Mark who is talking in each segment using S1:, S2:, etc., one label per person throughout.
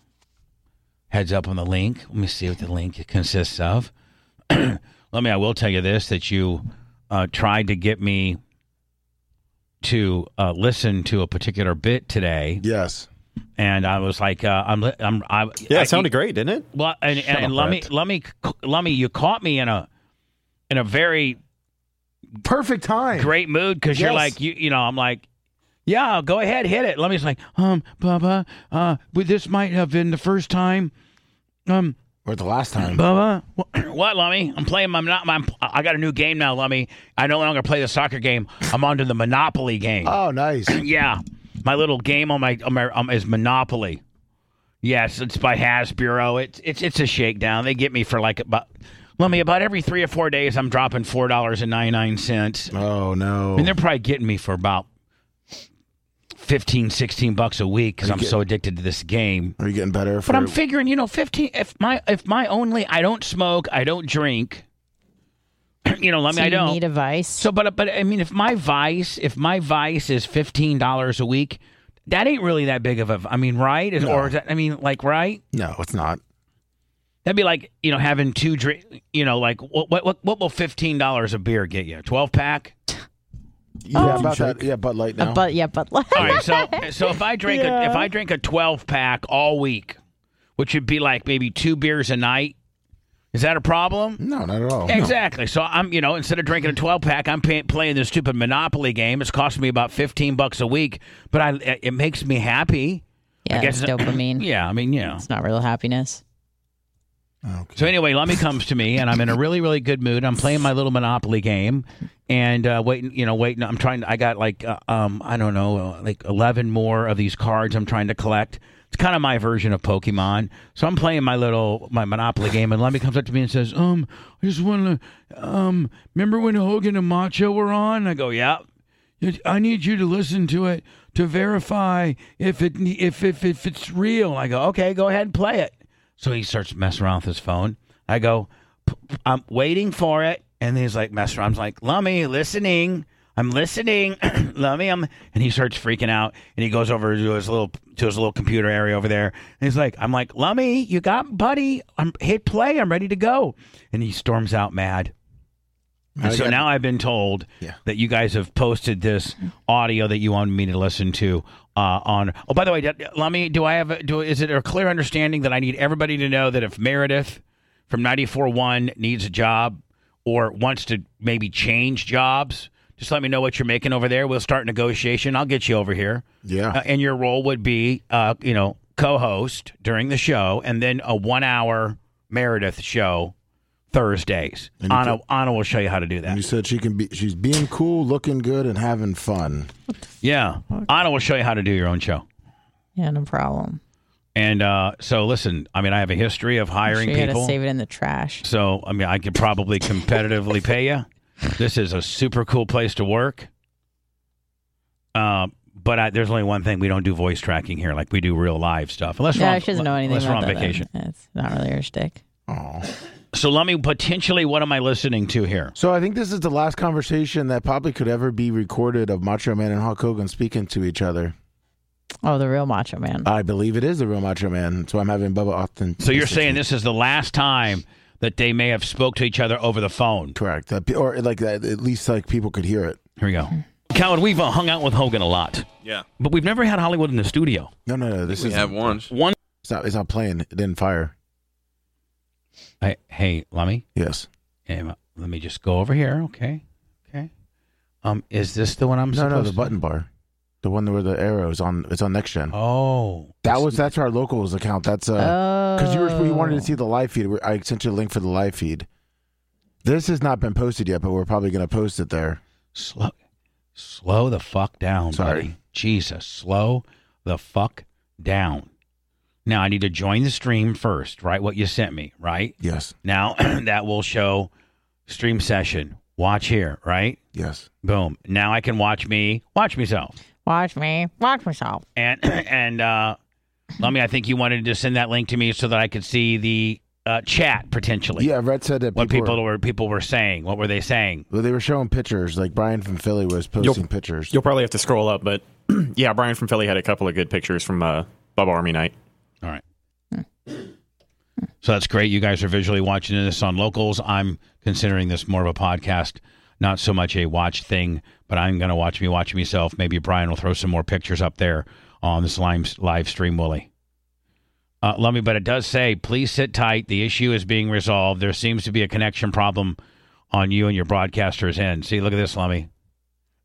S1: heads up on the link. Let me see what the link consists of. Lummy, I will tell you this: that you uh, tried to get me to uh, listen to a particular bit today,
S2: Yes.
S1: and I was like, uh, "I'm, li- I'm, I,
S3: Yeah,
S1: I,
S3: it sounded great, didn't it?
S1: Well, and, and,
S3: up,
S1: and Lummy,
S3: Brett.
S1: Lummy, Lummy, you caught me in a in a very
S2: Perfect time.
S1: great mood because you're
S2: Yes.
S1: like you you know I'm like yeah go ahead hit it. Lemmy's like um Bubba uh but this might have been the first time um
S2: Or the last time.
S1: Bubba wh- what Lummy I'm playing my not my I got a new game now Lummy I no longer play the soccer game I'm onto the Monopoly game
S2: Oh, nice.
S1: yeah my little game on my on my um, is Monopoly. Yes, it's by Hasbro. It's it's it's a shakedown. They get me for like about Lummy about every three or four days. I'm dropping four dollars and ninety nine cents.
S2: Oh no.
S1: I mean, they're probably getting me for about 15, 16 bucks a week because I'm so addicted to this game.
S2: Are you getting better? For,
S1: But I'm figuring, you know, 15, if my, if my only, I don't smoke, I don't drink, you know, let me,
S4: so
S1: I
S4: you
S1: don't.
S4: need a vice.
S1: so, but, but I mean, if my vice, if my vice is $15 a week, that ain't really that big of a, I mean, right? Is- Or is that, I mean, like, right?
S2: no, it's not.
S1: That'd be like, you know, having two drink, you know, like what, what, what, what will $15 a beer get you? 12 pack?
S4: Oh.
S2: Yeah, about that. Yeah, Bud Light now.
S4: But yeah, but like,
S1: All right, so so if I drink a, if I drink a twelve pack all week, which would be like maybe two beers a night, is that a problem?
S2: no, not at all.
S1: Exactly. So I'm you know instead of drinking a twelve pack, I'm pay- playing this stupid Monopoly game. It's costing me about fifteen bucks a week, but I it makes me happy.
S4: yeah,
S1: guess-
S4: it's dopamine.
S1: Yeah, I mean yeah.
S4: It's not real happiness.
S2: No. Okay.
S1: So anyway, Lummy comes to me, and I'm in a really, really good mood. I'm playing my little Monopoly game, and uh, waiting, you know, waiting. I'm trying. I got like, uh, um, I don't know, uh, like eleven more of these cards. I'm trying to collect. It's kind of my version of Pokemon. So I'm playing my little my Monopoly game, and Lummy comes up to me and says, "Um, I just want to, um, remember when Hogan and Macho were on?" I go, "Yeah." I need you to listen to it to verify if it if if if it's real. I go, okay, go ahead and play it. So he starts messing around with his phone. I go, "P- p- I'm waiting for it, and he's like, mess around. I'm like, Lummy, listening. I'm listening, Lummy. I'm, and he starts freaking out, and he goes over to his little to his little computer area over there, and he's like, I'm like, Lummy, you got, buddy. I'm hit play. I'm ready to go, and he storms out mad. And
S2: I
S1: so
S2: got-
S1: now I've been told
S2: Yeah.
S1: that you guys have posted this audio that you want me to listen to uh, on. Oh, by the way, let me. Do I have? A, do is it a clear understanding that I need everybody to know that if Meredith from 94.1 needs a job or wants to maybe change jobs, just let me know what you're making over there. We'll start negotiation. I'll get you over here.
S2: Yeah.
S1: Uh, and your role would be, uh, you know, co-host during the show, and then a one-hour Meredith show Thursdays.
S2: you
S1: Anna, Anna will show you how to do
S2: you
S1: that.
S2: said she can be. She's being cool, looking good, and having fun.
S1: Yeah, Anna will show you how to do your own show.
S4: Yeah, no problem.
S1: And uh, so, listen. I mean, I have a history of hiring
S4: sure you
S1: people.
S4: gotta save it in the trash.
S1: So, I mean, I could probably competitively pay you. This is a super cool place to work. Uh, but I, there's only one thing we don't do voice tracking here, like we do real live stuff. Unless we're
S4: yeah,
S1: on,
S4: she doesn't know anything
S1: unless
S4: about
S1: we're on
S4: that,
S1: vacation.
S4: then. It's not really her stick.
S2: Oh.
S1: So let me potentially. What am I listening to here?
S2: So I think this is the last conversation that probably could ever be recorded of Macho Man and Hulk Hogan speaking to each other.
S4: Oh, the real Macho Man.
S2: I believe it is the real Macho Man. So I'm having Bubba Austin.
S1: So you're saying this is the last time that they may have spoke to each other over the phone.
S2: correct, that, pe- or like that, at least like people could hear it.
S1: Here we go. Coward, we've uh, hung out with Hogan a lot,
S5: Yeah,
S1: but we've never had Hollywood in the studio.
S2: No, no, no. This
S5: we
S2: is
S5: have one.
S1: One.
S2: it's not. It's not playing. It didn't fire.
S1: Hey, hey, Lummy.
S2: Yes.
S1: Hey, let me just go over here. Okay. Okay. Um, is this the one I'm
S2: No,
S1: supposed
S2: no, the
S1: to-
S2: button bar, the one where the arrow is on. It's on next gen.
S1: Oh,
S2: that was that's our locals account. That's uh,
S4: Oh.
S2: because you were you wanted to see the live feed. I sent you a link for the live feed. This has not been posted yet, but we're probably going to post it there.
S1: slow, slow the fuck down.
S2: Sorry.
S1: buddy. Jesus, slow the fuck down. Now I need to join the stream first, right? What you sent me, right?
S2: Yes,
S1: Now that will show stream session. Watch here, right?
S2: yes.
S1: Boom. Now I can watch me, watch myself,
S4: Watch me. Watch myself.
S1: and and uh, Lummy, I think you wanted to send that link to me so that I could see the uh, chat potentially.
S2: yeah, Red said that
S1: What
S2: people.
S1: people were people were saying? What were they saying?
S2: well, they were showing pictures. Like Brian from Philly was posting pictures.
S3: You'll probably have to scroll up, but yeah, Brian from Philly had a couple of good pictures from uh, Bubba Army Night.
S1: All right. So that's great. You guys are visually watching this on locals. I'm considering this more of a podcast, not so much a watch thing, but I'm going to watch me watch myself. Maybe Brian will throw some more pictures up there on this live, live stream, Wooly. Uh, Lummy, but it does say, please sit tight. The issue is being resolved. There seems to be a connection problem on you and your broadcaster's end. See, look at this, Lummy.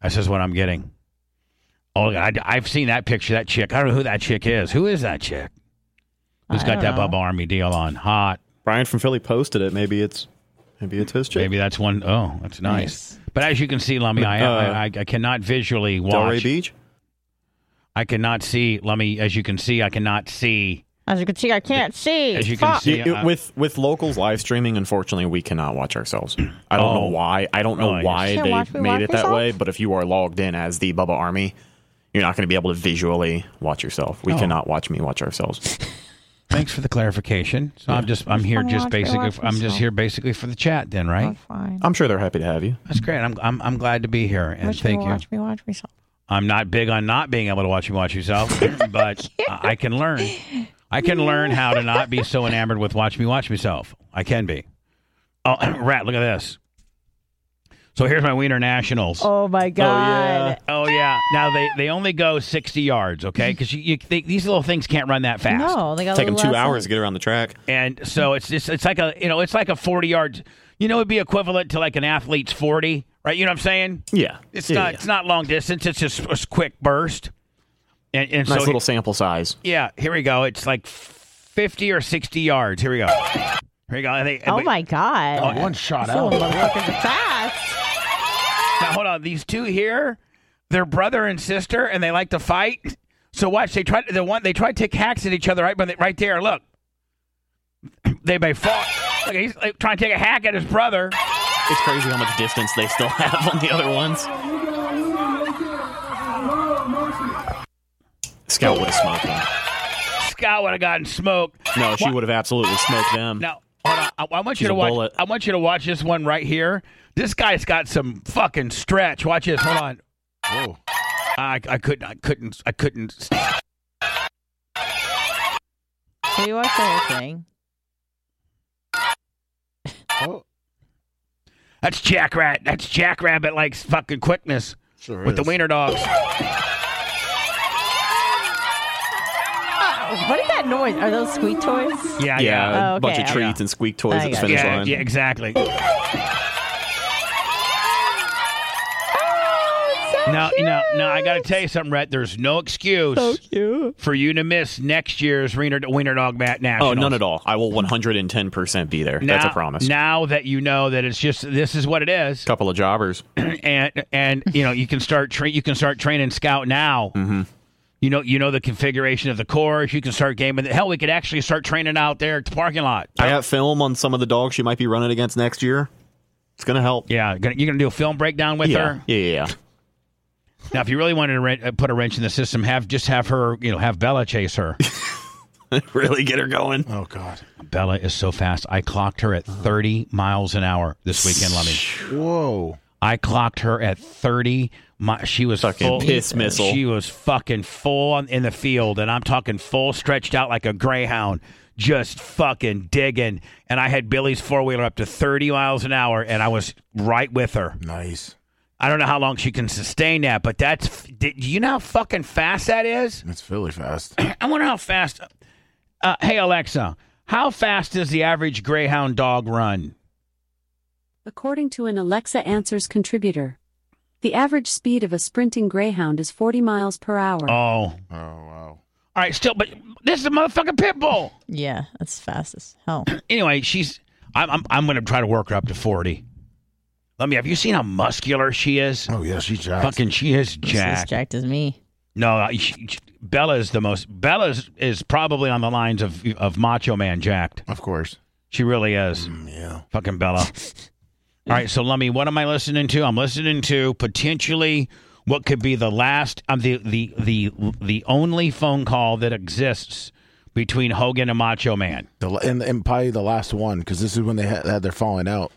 S1: This is what I'm getting. Oh, I, I've seen that picture, that chick. I don't know who that chick is. Who is that chick? Who's
S4: I
S1: got
S4: don't
S1: that
S4: know.
S1: Bubba Army deal on? Hot.
S3: Brian from Philly posted it. Maybe it's maybe it's his chick.
S1: Maybe that's one oh that's nice. But as you can see, Lummy, I,
S3: Uh,
S1: I, I I cannot visually
S3: Delray
S1: watch.
S3: Beach.
S1: I cannot see Lummy. As you can see, I cannot see.
S4: As you can see, I can't see.
S1: As you can
S4: Fuck.
S1: see- uh,
S3: Yeah,
S1: Yeah,
S3: it-
S1: I-
S3: with with locals live streaming, unfortunately, we cannot watch ourselves. I don't
S1: Oh.
S3: know why. I don't know
S1: Oh, yes.
S3: why
S4: Can't
S3: they
S4: watch me
S3: made
S4: watch
S3: it that way.
S4: myself?
S3: But if you are logged in as the Bubba Army, you're not going to be able to visually watch yourself. We cannot watch me watch ourselves.
S1: Thanks for the clarification. So I'm just I'm here
S4: Just
S1: just
S4: watch me
S1: basically
S4: watch
S1: I'm just
S4: myself.
S1: here basically for the chat then,
S4: Oh,
S1: right?
S4: fine.
S3: I'm sure they're happy to have you.
S1: That's great. I'm I'm I'm glad to be here and
S4: Watch
S1: thank
S4: me,
S1: you.
S4: Watch me. Watch myself.
S1: I'm not big on not being able to watch you watch yourself, but I I can learn. I can learn how to not be so enamored with watch me watch myself. I can be. Oh, rat! Look at this. So here's my Wiener Nationals. Oh,
S4: Oh my god.
S1: yeah. Now they they only go 60 yards, okay? Because you, you think these little things can't run that fast.
S4: No, they got
S3: Take them
S4: little
S3: two
S4: less
S3: hours to get around the track.
S1: And so it's just it's like a you know it's like a 40 yard. You know, it'd be equivalent to like an athlete's 40, right? You know what I'm saying?
S3: Yeah,
S1: It's
S3: Yeah,
S1: not
S3: yeah.
S1: it's not long distance. It's just a quick burst. And, and
S3: nice
S1: so
S3: little sample size.
S1: yeah, here we go. It's like 50 or 60 yards. Here we go. Here we go. I think,
S4: Oh
S1: wait,
S4: my god.
S1: Oh,
S2: One shot
S4: So
S2: out.
S4: motherfucking fast.
S1: Now, hold on. These two here, they're brother and sister, and they like to fight. So watch. They try. They want. They try to take hacks at each other. Right, but they, right there. Look, they may fall. Look, he's like, trying to take a hack at his brother.
S3: It's crazy how much distance they still have on the other ones. Scout would have smoked them.
S1: Scott would have gotten smoked.
S3: No, she would have absolutely smoked them.
S1: Now, hold on. I, I want you
S3: She's
S1: to
S3: a
S1: watch.
S3: bullet.
S1: I want you to watch this one right here. This guy's got some fucking stretch. Watch this. Hold on.
S2: Whoa.
S1: I, I couldn't. I couldn't. I couldn't.
S4: So you watch the whole thing.
S2: Oh,
S1: That's Jackrabbit. That's Jackrabbit like fucking quickness
S2: sure
S1: with the
S2: is.
S1: wiener dogs.
S4: Uh, What is that noise? Are those squeak toys?
S1: Yeah, yeah, yeah,
S3: yeah,
S4: Oh,
S3: a bunch
S4: okay,
S3: of
S4: okay.
S3: treats and squeak toys
S4: I
S3: at the
S4: got
S3: finish
S1: yeah,
S3: line.
S1: exactly. Now, now, now, I got to tell you something, Rhett. There's no excuse
S4: So cute.
S1: for you to miss next year's wiener, wiener dog bat
S3: Oh,
S1: nationals.
S3: none at all. I will 110% be there.
S1: Now,
S3: That's a promise.
S1: Now that you know that it's just this is what it is,
S3: couple of jobbers.
S1: and and you know you can start tra- you can start training scout now.
S3: Mm-hmm.
S1: You know you know the configuration of the course. You can start gaming. The- Hell, we could actually start training out there at the parking lot.
S3: I got film on some of the dogs you might be running against next year. It's going to help.
S1: Yeah, gonna, you're gonna do a film breakdown with
S3: Yeah.
S1: her.
S3: Yeah, yeah, yeah.
S1: Now, if you really wanted to wren- uh put a wrench in the system, have just have her, you know, have Bella chase her.
S3: really get her going.
S2: Oh God.
S1: Bella is so fast. I clocked her at 30 miles an hour this weekend, Lummy.
S2: Whoa.
S1: I clocked her at 30. Mi- she was
S3: Fucking
S1: full,
S3: piss missile.
S1: She was fucking full on, in the field, and I'm talking full stretched out like a greyhound, just fucking digging. And I had Billy's four wheeler up to 30 miles an hour, and I was right with her.
S2: Nice.
S1: I don't know how long she can sustain that, but that's. f- Do you know how fucking fast that is?
S2: That's Philly fast.
S1: I wonder how fast. Uh, hey Alexa, how fast does the average greyhound dog run?
S5: According to an Alexa Answers contributor, The average speed of a sprinting greyhound is 40 miles per hour.
S1: Oh. All
S2: Oh wow.
S1: right, still, but this is a motherfucking pit bull.
S4: Yeah, that's fast as hell.
S1: Anyway, she's. I'm. I'm, I'm going to try to work her up to forty. Let me. Have you seen how muscular she is?
S2: Oh yeah, she's jacked.
S1: Fucking, she is
S4: She's as
S1: jacked.
S4: jacked as me.
S1: No, I- she, she- Bella is the most. Bella is- is probably on the lines of of Macho Man jacked.
S2: Of course. Mm,
S1: She really is.
S2: Yeah.
S1: Fucking Bella. All right, so Lummy, what am I listening to? I'm listening to potentially what could be the last, um, the the the the only phone call that exists between Hogan and Macho Man.
S2: The, and, and probably the last one because this is when they had, had their falling out.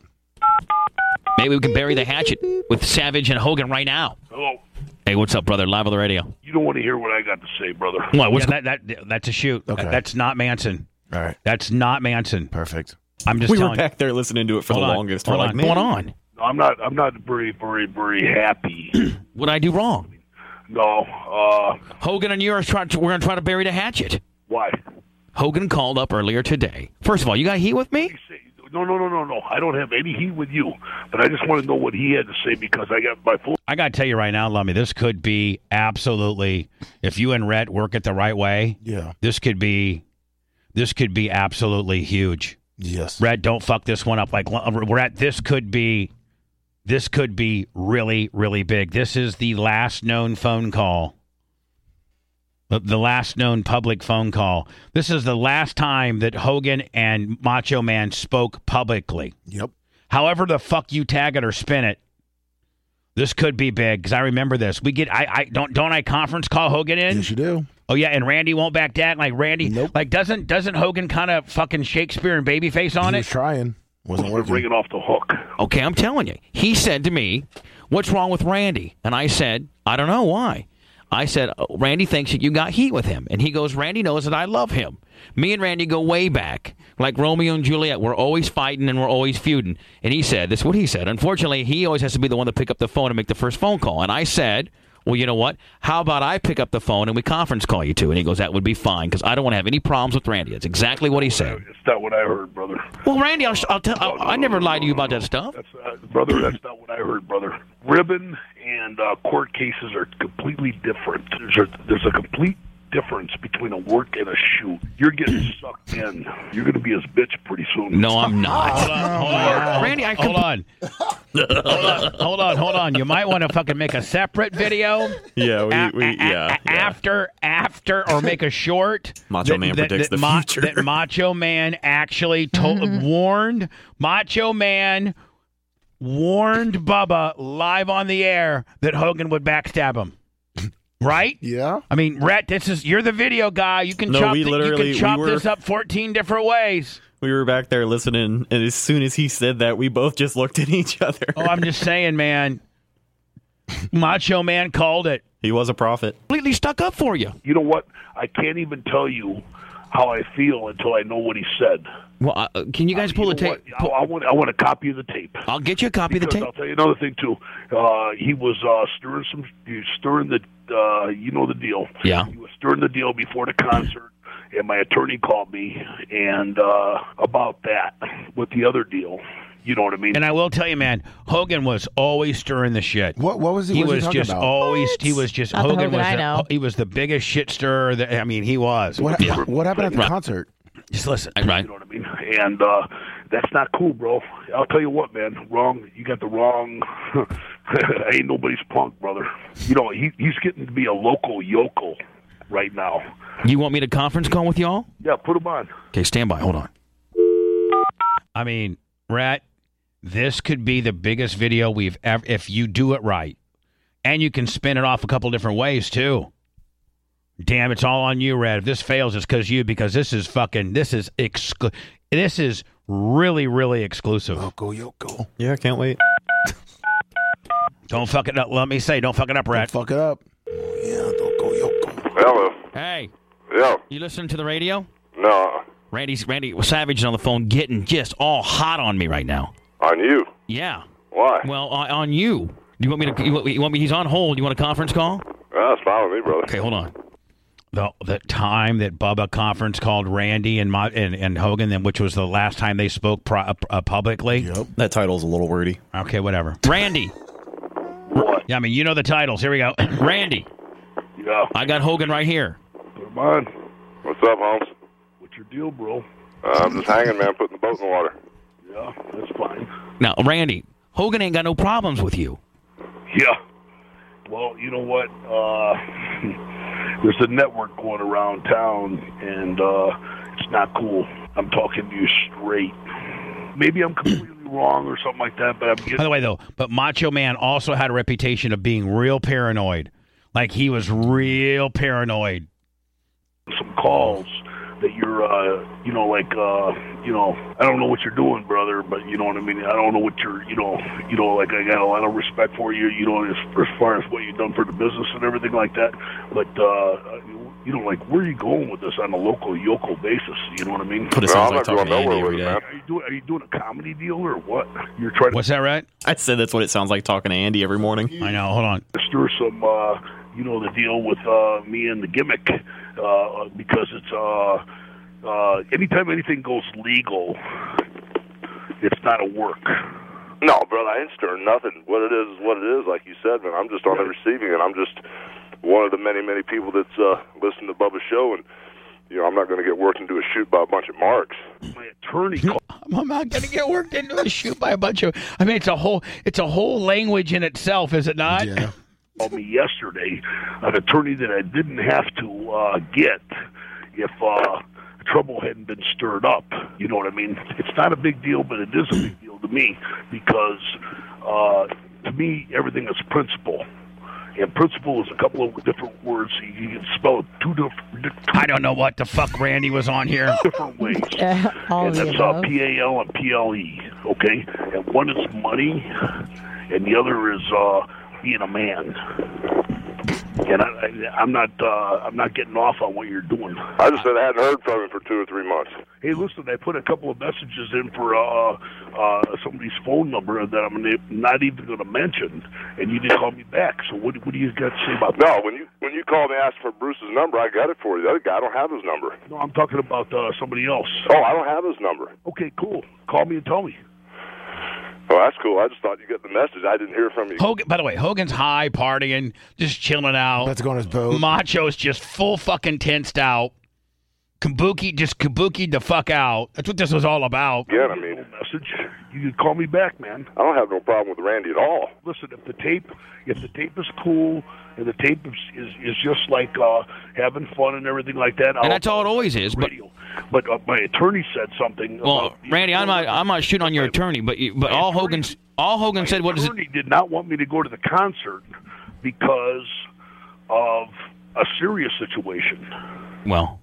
S1: Maybe we can bury the hatchet with Savage and Hogan right now.
S6: Hello.
S1: Hey, what's up, brother? Live on the radio.
S6: You don't want to hear what I got to say, brother.
S1: What? What's that, that? That's a shoot.
S2: Okay.
S1: That's not Manson.
S2: All right.
S1: That's not Manson.
S2: Perfect.
S1: I'm just
S3: we were
S1: telling.
S3: back there listening to it for
S1: Hold
S3: the
S1: on,
S3: longest.
S1: hold
S3: we're
S1: on,
S3: like, man,
S1: going on?
S6: I'm not. I'm not very, very, very happy.
S1: What I do wrong?
S6: no. Uh,
S1: Hogan and you are trying. To, we're going to try to bury the hatchet.
S6: why?
S1: Hogan called up earlier today. First of all, you got heat with me?
S6: He say- No, no, no, no, no. I don't have any heat with you, but I just want to know what he had to say because I got my full
S1: I got to tell you right now, Lummy, this could be absolutely, if you and Rhett work it the right way,
S2: Yeah.
S1: this could be, this could be absolutely huge.
S2: Yes.
S1: Rhett, don't fuck this one up. Like, Rhett, this could be, this could be really, really big. This is the last known phone call. The- The last known public phone call. This is the last time that Hogan and Macho Man spoke publicly
S2: Yep.
S1: however the fuck you tag it or spin it this could be big because i remember this we get i i don't don't i conference call hogan in
S2: Yes, you do.
S1: oh yeah and randy won't back down like randy
S2: Nope.
S1: like doesn't doesn't hogan kind of fucking shakespeare and babyface on
S2: he
S1: it
S2: was trying. Wasn't working.
S6: ringing off the hook.
S1: okay i'm telling you he said to me what's wrong with randy and i said i don't know why i said "Oh, randy thinks that you got heat with him and he goes randy knows that i love him me and randy go way back like romeo and juliet we're always fighting and we're always feuding and he said this is what he said unfortunately he always has to be the one to pick up the phone and make the first phone call and i said well, you know what? How about I pick up the phone and we conference call you two? And he goes, "That would be fine because I don't want to have any problems with Randy." That's exactly what he said.
S6: It's not what I heard, brother.
S1: Well, Randy, I'll, I'll tell. I'll, I never lied to you about that stuff.
S6: That's uh, brother. That's not what I heard, brother. Ribbon and uh, court cases are completely different. There's a there's a complete difference between a work and a shoot. You're getting sucked in. You're going to be his bitch pretty soon.
S1: Hmm. No, I'm not. Hold on, hold on. Randy, I Oh, hold on. hold on. Hold on, hold on. You might want to fucking make a separate video
S3: yeah,
S1: a-
S3: we, we,
S1: a- a-
S3: yeah,
S1: a-
S3: yeah.
S1: after after or make a short
S3: Macho Man predicts the
S1: Ma-
S3: future.
S1: that Macho Man actually told warned Macho Man warned Bubba live on the air that Hogan would backstab him. Right?
S2: Yeah.
S1: I mean, Rhett, this is you're the video guy. You can
S3: No,
S1: chop
S3: we
S1: th-
S3: literally-
S1: you
S3: we
S1: can chop
S3: were-
S1: this up 14 different ways.
S3: We were back there listening, and as soon as he said that, we both just looked at each other.
S1: Oh, I'm just saying, man. Macho Man called it.
S3: he was a prophet.
S1: Completely stuck up for you.
S6: You know what? I can't even tell you how I feel until I know what he said.
S1: Well, uh, can you guys pull
S6: You
S1: a
S6: know
S1: tape?
S6: what? I, I want I want a copy of the tape.
S1: I'll get you a copy of the
S6: Because
S1: tape.
S6: I'll tell you another thing too. Uh, he was uh, stirring some, he was stirring the, uh, you know the deal.
S1: Yeah.
S6: He was stirring the deal before the concert, and my attorney called me and uh, about that with the other deal. You know what I mean?
S1: And I will tell you, man, Hogan was always stirring the shit.
S2: What What was he?
S1: He
S2: what was,
S1: was
S2: he talking
S1: just
S2: about?
S1: always. He was just
S4: Not the
S1: Hogan
S4: Hogan
S1: was.
S4: I
S1: the-
S4: know.
S1: he was the biggest shit stirrer. That, I mean, he was.
S2: what,
S1: Yeah.
S2: what happened at the concert?
S1: Just listen.
S6: you know what I mean? And uh, that's not cool, bro. I'll tell you what, man. Wrong. You got the wrong. ain't nobody's punk, brother. You know he he's getting to be a local yokel right now.
S1: You want me to conference call with y'all?
S6: Yeah, put him on.
S1: Okay, stand by. Hold on. I mean, Rat, this could be the biggest video we've ever, if you do it right. And you can spin it off a couple different ways, too. Damn, it's all on you, Rat. If this fails, it's because you, because this is fucking, this is, exclu- this is really, really exclusive.
S2: Go Yoko.
S3: Yeah, can't wait.
S1: Don't fuck it up. Let me say, don't fuck it up,
S2: Don't
S1: Rat.
S2: fuck it up. Oh, yeah. Don't go Yoko.
S7: Hello.
S1: Hey,
S7: Yeah.
S1: you listening to the radio?
S7: No.
S1: Randy's, Randy Savage is on the phone getting just all hot on me right now.
S7: On you.
S1: Yeah.
S7: Why?
S1: Well, on, on you. Do you want me to? You want, you want me? He's on hold. You want a conference call?
S7: Well, that's fine with me, brother.
S1: Okay, hold on. The the time that Bubba conference called Randy and my, and, and Hogan, then which was the last time they spoke pro, uh, publicly.
S3: That title's a little wordy.
S1: Okay, whatever. Randy.
S6: what?
S1: Yeah, I mean, you know the titles. Here we go. Randy,
S6: Yeah.
S1: I got Hogan right here.
S6: Put 'em on.
S7: What's up, Holmes?
S6: What's your deal, bro?
S7: Uh, I'm just hanging, man, putting the boat in the water.
S6: Yeah, that's fine.
S1: Now, Randy, Hogan ain't got no problems with you.
S6: Yeah. Well, you know what? Uh, there's a network going around town, and uh, it's not cool. I'm talking to you straight. Maybe I'm completely wrong or something like that, but I'm
S1: By
S6: getting.
S1: the way, though, but Macho Man also had a reputation of being real paranoid. Like he was real paranoid.
S6: some calls that you're, uh, you know, like, uh, you know, I don't know what you're doing, brother, but you know what I mean. I don't know what you're, you know, you know, like I got a lot of respect for you, you know, as, as far as what you've done for the business and everything like that. But uh, you know, like, where are you going with this on a local yokel basis? You know what I mean?
S3: Put it
S7: No,
S3: sounds
S7: I'm
S3: like
S7: not going
S3: talking to Andy
S7: nowhere
S3: every
S7: with it,
S3: day.
S7: man.
S6: Are you doing, are you doing a comedy deal or what? You're trying to
S1: What's that right?
S3: I said that's what it sounds like talking to Andy every morning.
S1: I know. Hold on.
S6: stir some, uh, you know, the deal with uh, me and the gimmick uh, because it's uh, uh, anytime anything goes legal, it's not a work.
S7: No, brother, I ain't stirring nothing. What it is is what it is, like you said, man. I'm just on the receiving end. I'm just one of the many, many people that's uh, listening to Bubba's show, and you know, I'm not going to get worked into a shoot by a bunch of marks.
S6: My attorney called.
S1: I'm not gonna get worked into a shoot by a bunch of. I mean, it's a whole. It's a whole language in itself, is it not?
S2: Yeah.
S6: called me yesterday, an attorney that I didn't have to uh, get if uh, trouble hadn't been stirred up. You know what I mean? It's not a big deal, but it is a big deal to me because uh, to me, everything is principle. And principle is a couple of different words. You can spell it two different,
S1: I don't know what the fuck Randy was on here.
S6: different ways.
S4: Yeah, all
S6: and
S4: of the
S6: that's uh,
S4: above.
S6: PAL and PLE, okay? And one is money, and the other is uh, being a man. And I, I, I'm not, uh, I'm not getting off on what you're doing.
S7: I just said I hadn't heard from him for two or three months.
S6: Hey, listen, I put a couple of messages in for uh, uh, somebody's phone number that I'm na- not even going to mention, and you didn't call me back. So what, what do you got to say about that?
S7: No, Oh, when you when you called me asking for Bruce's number, I got it for you. The other guy, I don't have his number.
S6: No, I'm talking about uh, somebody else.
S7: Oh, I don't have his number.
S6: Okay, cool. Call me and tell me.
S7: Oh, that's cool. I just thought you got the message. I didn't hear from you.
S1: Hogan. By the way, Hogan's high, partying, just chilling out.
S2: About to go on his boat.
S1: Macho's just full fucking tensed out. Kabuki just kabukied the fuck out. That's what this was all about.
S7: Again, I mean,
S6: Message. You can call me back, man.
S7: I don't have no problem with Randy at all.
S6: listen, if the tape, if the tape is cool and the tape is is, is just like uh, having fun and everything like that, I'll
S1: And that's all it always is. But
S6: radio. But uh, my attorney said something.
S1: well,
S6: about the-
S1: Randy, I'm not I'm not shooting on your attorney, but you, but all Hogan's all Hogan said
S6: My
S1: what is it?
S6: attorney did not want me to go to the concert because of a serious situation.
S1: Well,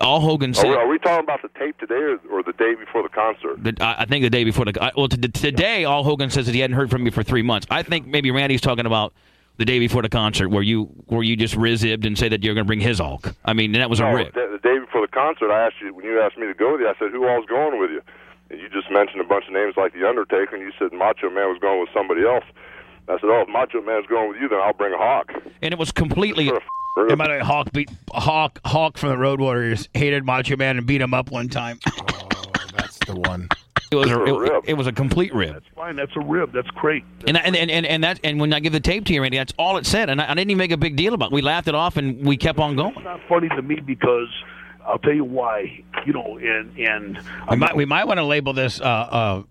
S1: all
S7: Are
S1: Hogan
S7: we,
S1: said.
S7: Oh, are we talking about the tape today or, or the day before the concert?
S1: The, I I think the day before the I- well t- t- today, all Hogan says that he hadn't heard from you for three months. I think maybe Randy's talking about the day before the concert where you where you just rizibbed and said that you're going to bring his Hulk. I mean, that was a
S7: No,
S1: rib.
S7: the, the day before the concert, I asked you when you asked me to go with you. I said, "Who all's going with you?" And you just mentioned a bunch of names like the Undertaker, and you said Macho Man was going with somebody else. And I said, "Oh, if Macho Man's going with you, then I'll bring a Hawk."
S1: and it was completely.
S7: Sort of f-
S1: By the way, Hawk beat Hawk Hawk from the Road Warriors hated Macho Man and beat him up one time.
S2: That's the one.
S1: It was a,
S7: Sure,
S1: it,
S7: rib.
S1: it was a complete rib.
S6: That's fine. That's a rib. That's great.
S1: And, I- and and and and that and when I give the tape to you, Randy, that's all it said, and I, I didn't even make a big deal about. it. We laughed it off, and we kept on
S6: It's
S1: going.
S6: not funny to me because I'll tell you why. You know, and and
S1: We might we might want to label this uh uh.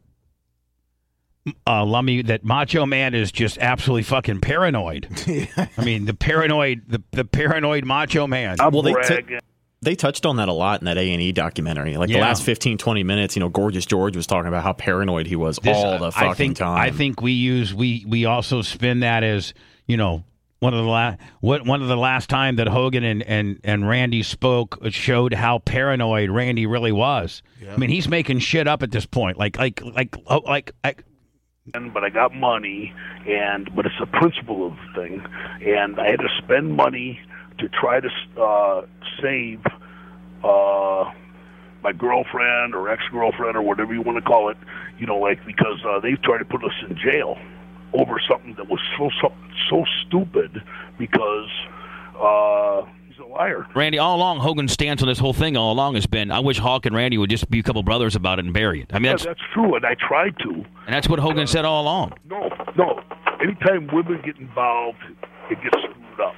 S1: Uh, Lummy, that Macho Man is just absolutely fucking paranoid. I mean, the paranoid, the, the paranoid Macho Man.
S6: I'm
S3: Well, they took-
S6: bragging.
S3: They touched on that a lot in that A and E documentary. Like
S1: Yeah.
S3: the last 15, 20 minutes, you know, Gorgeous George was talking about how paranoid he was
S1: This,
S3: all
S1: uh,
S3: the fucking
S1: I think,
S3: time.
S1: I think we use we we also spin that as you know one of the last what one of the last time that Hogan and and and Randy spoke it showed how paranoid Randy really was. I mean, he's making shit up at this point. Like like like oh, like, like
S6: and- but I got money, and but it's the principle of the thing, and I had to spend money to try to uh, save uh, my girlfriend or ex-girlfriend or whatever you want to call it, you know, like because uh, they tried to put us in jail over something that was so so, so stupid because uh, He's a liar.
S8: Randy, all along, Hogan's stance on this whole thing all along has been, I wish Hawk and Randy would just be a couple brothers about it and bury it. I mean,
S6: Yeah,
S8: that's,
S6: that's true, and I tried to.
S8: and that's what Hogan said all along.
S6: No, no. Anytime women get involved, it gets screwed up.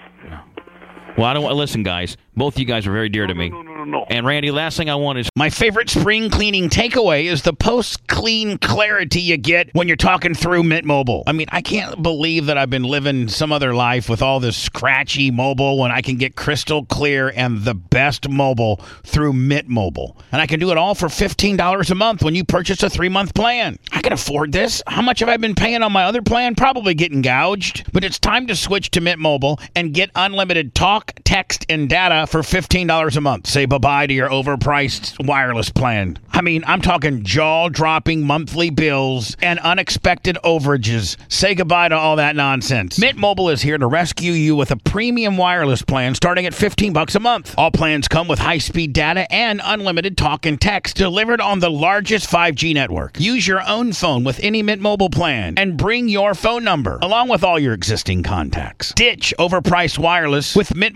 S8: Well, I don't want listen, guys. Both of you guys are very dear to me.
S6: No, no, no, no.
S8: And Randy, last thing I want is
S1: My favorite spring cleaning takeaway is the post clean clarity you get when you're talking through Mint Mobile. I mean, I can't believe that I've been living some other life with all this scratchy mobile when I can get crystal clear and the best mobile through Mint Mobile. And I can do it all for $15 a month when you purchase a three month plan. I can afford this. How much have I been paying on my other plan? Probably getting gouged. But it's time to switch to Mint Mobile and get unlimited talk, text, and data for $15 a month. Say bye bye to your overpriced wireless plan. I mean, I'm talking jaw dropping monthly bills and unexpected overages. Say goodbye to all that nonsense. Mint Mobile is here to rescue you with a premium wireless plan starting at 15 bucks a month. All plans come with high-speed data and unlimited talk and text delivered on the largest 5G network. Use your own phone with any Mint Mobile plan and bring your phone number along with all your existing contacts. Ditch overpriced wireless with Mint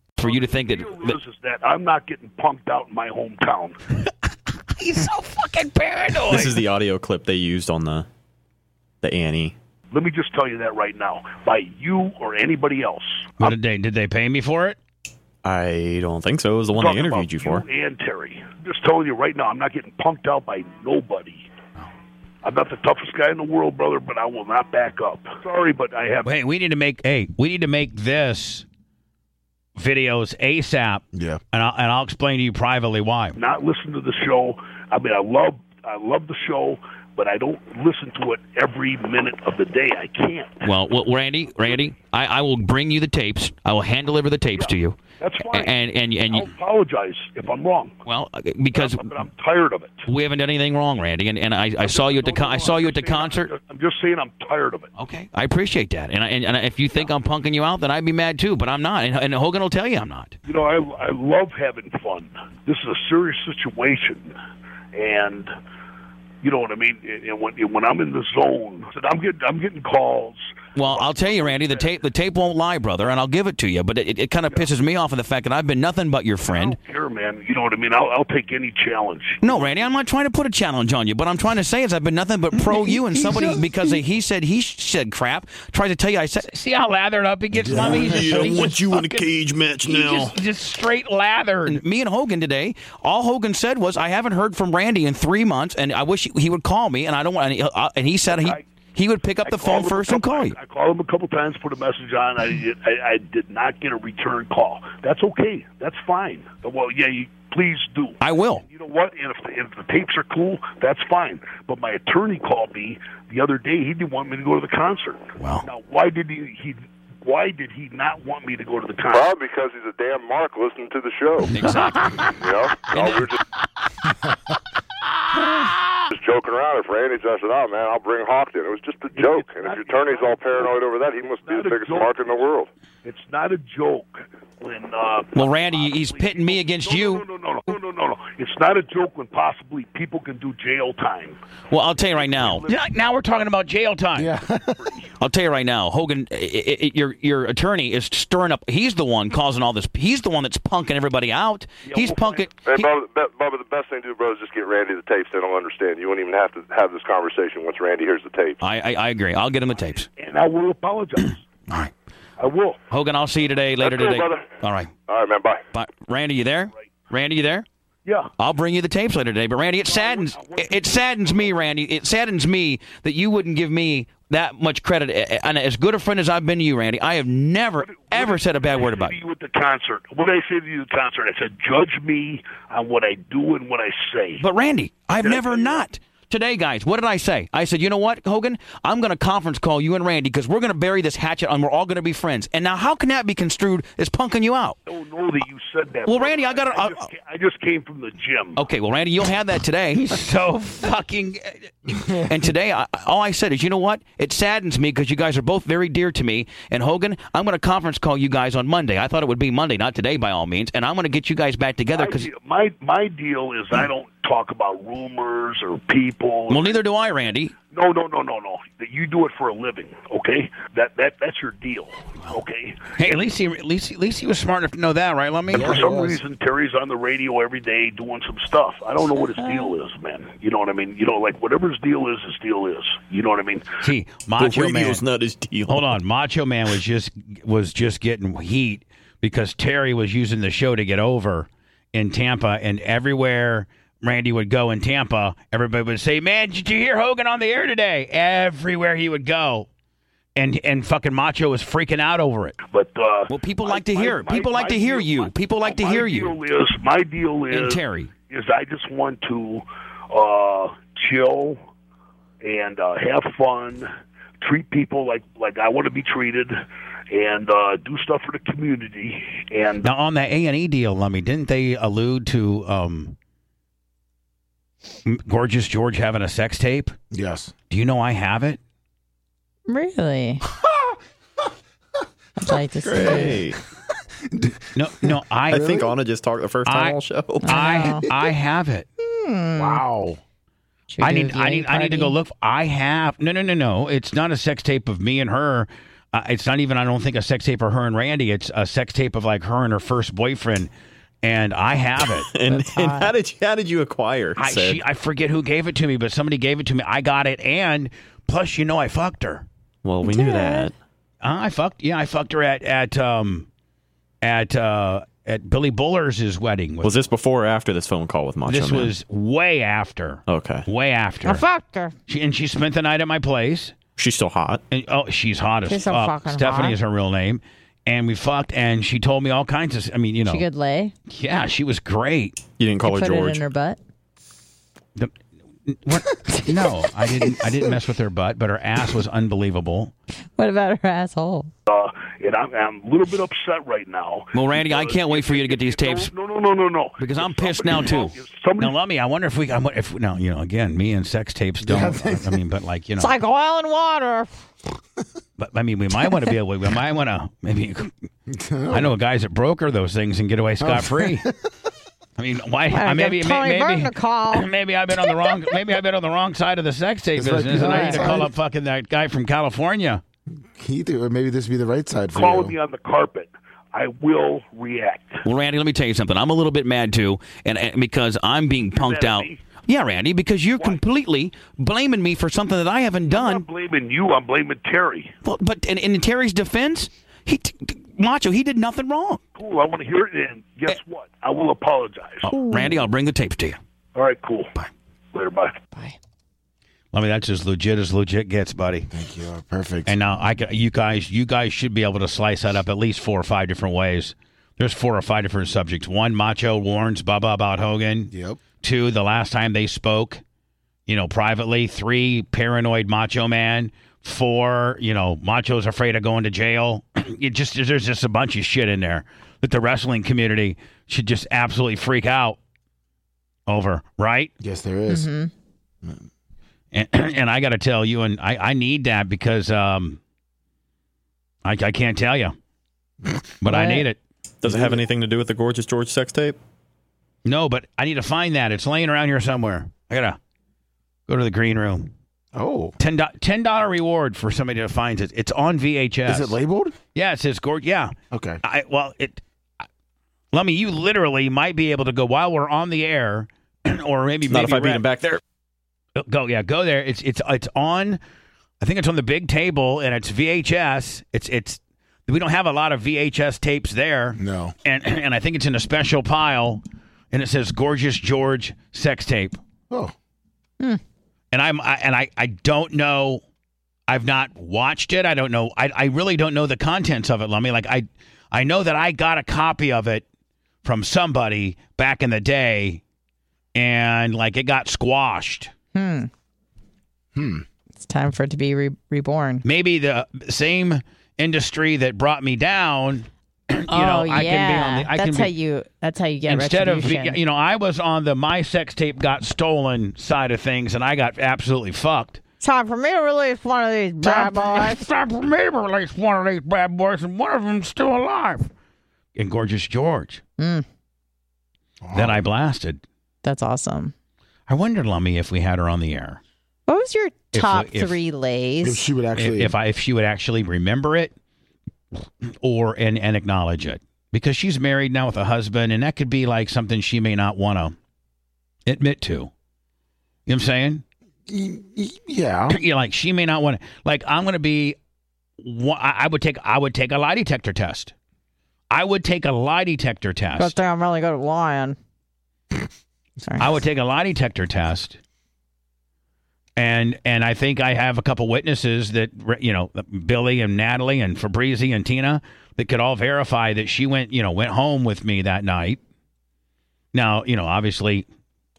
S8: for you to think that,
S6: The deal
S8: that
S6: is, is that I'm not getting punked out in my hometown.
S1: He's so fucking paranoid.
S3: This is the audio clip they used on the the E. Annie.
S6: Let me just tell you that right now. By you or anybody else.
S1: What did they did they pay me for it?
S3: I don't think so. It was the one
S6: Talking
S3: they
S6: about
S3: interviewed you for.
S6: and Terry. I'm just telling you right now, I'm not getting punked out by nobody.
S3: Oh.
S6: I'm not the toughest guy in the world, brother, but I will not back up. Sorry, but I have.
S1: Hey, we need to make hey, we need to make this videos ASAP
S2: Yeah.
S1: and I'll, and I'll explain to you privately why.
S6: not listen to the show. I mean, I love I love the show, but I don't listen to it every minute of the day. I can't.
S8: well, well, Randy, Randy, I, I will bring you the tapes. I will hand deliver the tapes to you.
S6: That's
S8: A-
S6: fine.
S8: And and and
S6: I
S8: you,
S6: apologize if I'm wrong,
S8: well, uh, because
S6: but I'm tired of it.
S8: we haven't done anything wrong, Randy. And, and I, I saw you at the con- I saw you at the concert.
S6: I'm just saying I'm tired of it.
S8: Okay, I appreciate that. And I, and, and if you think I'm punking you out, then I'd be mad too. But I'm not, and, and Hogan will tell you I'm not.
S6: You know, I I love having fun. This is a serious situation, and you know what I mean. And and when and when I'm in the zone, I'm getting I'm getting calls.
S8: Well, I'll tell you, Randy, the tape the tape won't lie, brother, and I'll give it to you. But it, it, kind of pisses me off in the fact that I've been nothing but your friend.
S6: Here, man. You know what I mean. I'll, I'll take any challenge.
S8: No, Randy, I'm not trying to put a challenge on you, but I'm trying to say is I've been nothing but pro you and somebody because he said he said crap. Tried to tell you I said
S1: See how lathered up he gets, Lummy? He's just- he's just fucking-
S3: match
S1: he's just, just straight lathered.
S8: me and Hogan today. All Hogan said was I haven't heard from Randy in three months, and I wish he, he would call me. And I don't want. And he, uh, and he said he
S6: I-
S8: he would pick up the phone
S6: called him a
S8: first and
S6: couple-
S8: call you.
S6: I called him a couple times, put a message on. I, I I did not get a return call. That's okay. That's fine. Well, yeah, you, Please do.
S8: I will.
S6: You know what? And if the, if the tapes are cool, that's fine. But my attorney called me the other day. He didn't want me to go to the concert.
S1: Wow.
S6: Now, why did he? he why did he not want me to go to the concert?
S7: Probably because he's a damn mark listening to the show.
S8: Exactly.
S7: You know, Oh, we're just, just joking around. If Randy just said, "Oh man, I'll bring Hawk in," it was just a joke. And if your attorney's all paranoid over that, he must be the biggest mark in the world.
S6: It's not a joke when. Uh,
S8: Well, Randy,
S6: possibly
S8: he's pitting me
S6: people-
S8: against
S6: no,
S8: you.
S6: No, no, no, no, no, no, no. It's not a joke when possibly people can do jail time.
S8: Well, I'll tell you right now.
S1: Yeah, Now we're talking about jail time.
S2: Yeah.
S8: I'll tell you right now. Hogan, i i i your your attorney is stirring up. He's the one causing all this. He's the one that's punking everybody out. he's
S6: well,
S8: punking.
S7: Hey,
S8: he-
S7: Bubba, be- Bubba, the best thing to do, bro, is just get Randy the tapes. Then I'll understand. You wouldn't even have to have this conversation once Randy hears the tapes.
S8: I, I I agree. I'll get him the tapes.
S6: And I will apologize.
S8: All right,
S6: I will.
S8: Hogan. I'll see you today. Later
S7: That's cool,
S8: today.
S7: brother.
S8: All right.
S7: All right, man. Bye.
S8: Bye. Randy, you there? Randy, you there?
S6: Yeah.
S8: I'll bring you the tapes later today. But Randy, it saddens it, it saddens me, Randy. It saddens me that you wouldn't give me that much credit. A- a- And as good a friend as I've been to you, Randy, I have never ever said a bad word
S6: What
S8: about
S6: did I say
S8: you.
S6: to you at the concert? What did I say to you at the concert? I said, judge me on what I do and what I say.
S8: But Randy, I've never not. Today, guys, what did I say? I said, you know what, Hogan? I'm going to conference call you and Randy because we're going to bury this hatchet and we're all going to be friends. And now, how can that be construed as punking you out?
S6: I don't know that you said that.
S8: Well, Randy, I gotta- uh,
S6: I, just, ca- I just came from the gym.
S8: Okay, well, Randy, you'll have that today.
S1: He's so fucking.
S8: uh, and today, I, all I said is, you know what? It saddens me because you guys are both very dear to me. And Hogan, I'm going to conference call you guys on Monday. I thought it would be Monday, not today, by all means. And I'm going to get you guys back together
S6: My,
S8: because.
S6: deal- my my deal is I don't talk about rumors or people.
S8: Well, neither do I, Randy.
S6: No, no, no, no, no. That you do it for a living, okay? That that that's your deal, okay?
S1: Hey, at least he, at least, at least he was smart enough to know that, right? Let me.
S6: For
S2: he
S6: some
S2: was.
S6: reason, Terry's on the radio every day doing some stuff. I don't know what his deal is, man. You know what I mean? You know, like whatever his deal is, his deal is. You know what I mean?
S1: See, Macho Man.
S3: not his deal.
S1: Hold on, Macho Man was just was just getting heat because Terry was using the show to get over in Tampa, and everywhere Randy would go in Tampa, everybody would say, "Man, did you hear Hogan on the air today?" Everywhere he would go, and and fucking Macho was freaking out over it.
S6: But uh,
S8: Well, people
S6: my-
S8: like to
S6: my-
S8: hear.
S6: my-
S8: People like
S6: my
S8: to hear
S6: deal-
S8: you.
S6: my-
S8: People like to
S6: my
S8: hear you.
S6: Deal is, my deal is
S8: And Terry.
S6: is I just want to uh, chill and uh, have fun, treat people like like I want to be treated, and uh, do stuff for the community. And
S1: Now on that A and E deal, Lummy, didn't they allude to um, Gorgeous George having a sex tape?
S2: yes.
S1: Do you know I have it?
S4: Really? I'd like to see it.
S3: Hey,
S1: No, no, I
S3: I think Anna just talked the first
S1: I-
S3: time all show.
S1: I I have it.
S2: Wow.
S4: Should we
S1: I
S4: do a
S1: need, I
S4: viewing
S1: need, I need
S4: party?
S1: to go look. I have no, no, no, no. It's not a sex tape of me and her. Uh, it's not even. I don't think a sex tape of her and Randy. It's a sex tape of like her and her first boyfriend. And I have it.
S3: and,
S4: That's
S3: and
S4: hot.
S3: how did you, how did you acquire?
S1: I,
S3: said-
S1: she, I forget who gave it to me, but somebody gave it to me. I got it, and plus, you know, I fucked her.
S3: well, we knew that.
S1: Uh, I fucked. Yeah, I fucked her at at um at uh at Billy Buller's wedding.
S3: Was this before or after this phone call with Macho
S1: this
S3: Man?
S1: was way after.
S3: okay.
S1: Way after. I fucked her. She, and she spent the night at my place.
S3: She's still hot.
S1: And, oh, she's hot as
S4: She's so
S1: fuck.
S4: fucking
S1: Stephanie
S4: hot.
S1: is her real name. And we fucked, and she told me all kinds of. I mean, you know,
S4: She could lay.
S1: yeah, she was great.
S3: You didn't call
S4: Put
S3: her
S4: it
S3: George.
S4: in her butt.
S1: The- what? no, I didn't. I didn't mess with her butt, but her ass was unbelievable.
S4: What about her asshole?
S6: uh, and I'm, I'm a little bit upset right now.
S8: Well, Randy, I can't wait for you to get these tapes.
S6: No, no, no, no, no.
S8: Because
S6: If
S8: I'm pissed
S6: somebody
S8: now,
S6: calls-
S8: too.
S6: if Somebody
S1: Now, Lummy, I wonder if we. I wonder if now, you know, again, me and sex tapes don't. I mean, but like you know,
S4: oil and water.
S1: but I mean, we might want to be able. We might want to maybe. I know guys that broker those things and get away scot free. I mean, why? I maybe,
S4: give
S1: may-
S4: Tony
S1: maybe,
S4: Burton a call.
S1: maybe I've been on the wrong. Maybe I've been on the wrong side of the sex tape
S2: right,
S1: business, and I need to
S2: right.
S1: call up fucking that guy from California.
S2: He do, or maybe this would be the right side for
S6: calling me
S2: you.
S6: on the carpet, I will react.
S8: Well, Randy, let me tell you something. I'm a little bit mad too, and, and because I'm being punked
S6: mad at
S8: out.
S6: me?
S8: Yeah, Randy, because you're completely blaming me for something that I haven't
S6: I'm
S8: done.
S6: not blaming you. I'm blaming Terry.
S8: Well, but and, and in Terry's defense, he t- t- Macho, he did nothing wrong.
S6: Cool. I want to hear it. And guess what? I will apologize.
S8: Randy, I'll bring the tapes to you.
S6: All right. Cool. Bye. Later. Bye.
S1: I mean, that's as legit as legit gets, buddy.
S2: Thank you. are Perfect.
S1: And now I, ca- you guys, you guys should be able to slice that up at least four or five different ways. There's four or five different subjects. One, Macho warns Bubba about Hogan.
S2: Yep.
S1: Two, the last time they spoke, you know, privately. Three, paranoid Macho Man. Four, you know, Macho's afraid of going to jail. it just there's just a bunch of shit in there that the wrestling community should just absolutely freak out over, right?
S2: Yes, there
S3: Mm-hmm.
S2: is.
S1: And, and I got to tell you, and I, I need that because um, I, I can't tell you, but I
S4: What?
S1: need it.
S3: Does it have anything to do with the Gorgeous George sex tape?
S1: No, but I need to find that. It's laying around here somewhere. I gotta go to the green room.
S2: Oh,
S1: Ten dollar reward for somebody that finds it. It's on VHS.
S2: is it labeled?
S1: Yeah, it says Gord. Yeah,
S2: Okay.
S1: I well it. I- Lummy, you literally might be able to go while we're on the air, or maybe
S3: Not
S1: maybe
S3: if I beat
S1: Rhett-
S3: him back there.
S1: Go yeah, go there. It's it's it's on. I think it's on the big table, and it's VHS. It's it's. We don't have a lot of VHS tapes there
S2: No.
S1: and and I think it's in a special pile, and it says "Gorgeous George sex tape,"
S2: Oh,
S1: and I'm I, and I I don't know, I've not watched it. I don't know. I I really don't know the contents of it, Lummy. Like I I know that I got a copy of it from somebody back in the day, and like it got squashed.
S4: Hmm.
S3: Hmm.
S4: It's time for it to be re- reborn.
S1: Maybe the same industry that brought me down. You know, I can be on the. I
S4: Oh, that's
S1: can be,
S4: how you. That's how you get
S1: instead of
S4: retribution.
S1: you know i was on the my sex tape got stolen side of things and i got absolutely fucked
S4: time for me to release one of these bad boys.
S1: time for me to release one of these bad boys and one of them's still alive and gorgeous george
S4: Mm.
S1: that i blasted
S4: That's awesome.
S1: i wondered lummy if we had her on the air
S4: What was your
S1: If-
S4: top
S1: if-
S4: three
S2: if
S4: lays?
S2: she would
S1: if,
S2: actually,
S1: if i if she would actually remember it or and and acknowledge it because she's married now with a husband and that could be like something she may not want to admit to you know what i'm saying
S2: Y- y- yeah,
S1: you know, like she may not want to. Like I'm going to be. one- I I would take. I would take a lie detector test. I would take a lie detector
S4: Good
S1: test.
S4: thing I'm really good at lying. Sorry.
S1: I would take a lie detector test. And and I think I have a couple witnesses that you know Billy and Natalie and Fabrizi and Tina that could all verify that she went you know went home with me that night. Now you know obviously,